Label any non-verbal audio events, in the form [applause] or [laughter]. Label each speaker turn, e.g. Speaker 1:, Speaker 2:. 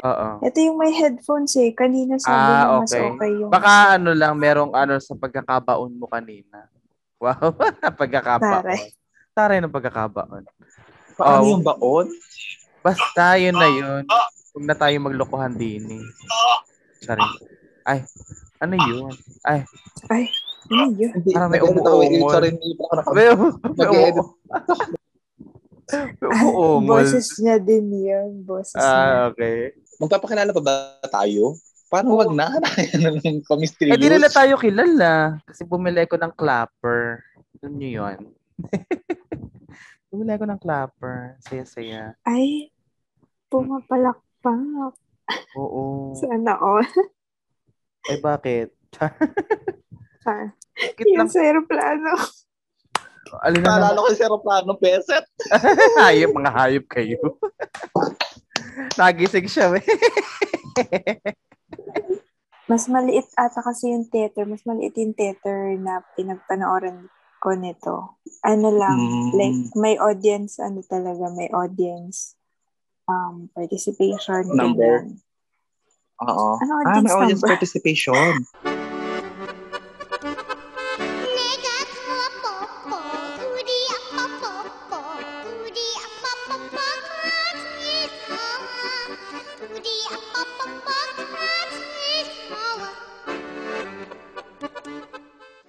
Speaker 1: Oo.
Speaker 2: Ito yung may headphones eh. Kanina sabi
Speaker 1: Ah,
Speaker 2: niya mas
Speaker 1: okay.
Speaker 2: okay yung...
Speaker 1: Baka ano lang, merong ano sa pagkakabaon mo kanina. [laughs] Wow, pagkakabaon.
Speaker 2: Taray.
Speaker 1: Taray ng pagkakabaon.
Speaker 3: Paano
Speaker 1: Oh.
Speaker 3: ano yung baon?
Speaker 1: Basta yun na yun. Huwag na tayo maglokohan din eh. Sorry. Ay, ano yun?
Speaker 2: Ay, ano yun?
Speaker 3: Hindi,
Speaker 1: Parang may
Speaker 3: nag-edit ako,
Speaker 1: umuungol.
Speaker 3: eh. Sorry, hindi pa ako nakapag-
Speaker 1: May u- may
Speaker 3: Nag-edit.
Speaker 1: u- May
Speaker 2: [laughs]
Speaker 1: umuungol.
Speaker 2: Boses niya din yun. Boses niya.
Speaker 1: Ah, okay.
Speaker 3: Magpapakilala pa ba tayo? Parang wag na. [laughs] Ano ng chemistry
Speaker 1: Eh, di
Speaker 3: loose?
Speaker 1: nila tayo kilala. Kasi bumili ko ng clapper. Alam nyo yun? [laughs] bumili ko ng clapper. Saya-saya.
Speaker 2: Ay, pumapalakpak.
Speaker 1: Oo.
Speaker 2: Sana all.
Speaker 1: Ay, bakit?
Speaker 2: Ah,
Speaker 1: Bakit lang?
Speaker 2: yung sa aeroplano.
Speaker 1: Alin na
Speaker 3: Naalala
Speaker 1: naman?
Speaker 3: ko si Seroplano Peset.
Speaker 1: hayop, mga hayop kayo. [laughs] Nagising siya. eh.
Speaker 2: Mas maliit ata kasi yung theater. Mas maliit yung theater na pinagpanooran ko nito. Ano lang,
Speaker 1: Mm.
Speaker 2: like may audience, ano talaga, may audience um, participation.
Speaker 3: Number?
Speaker 2: ganyan.
Speaker 3: Oo.
Speaker 2: Ano
Speaker 3: Ah,
Speaker 2: audience
Speaker 1: Ah,
Speaker 3: may audience
Speaker 2: number?
Speaker 3: participation.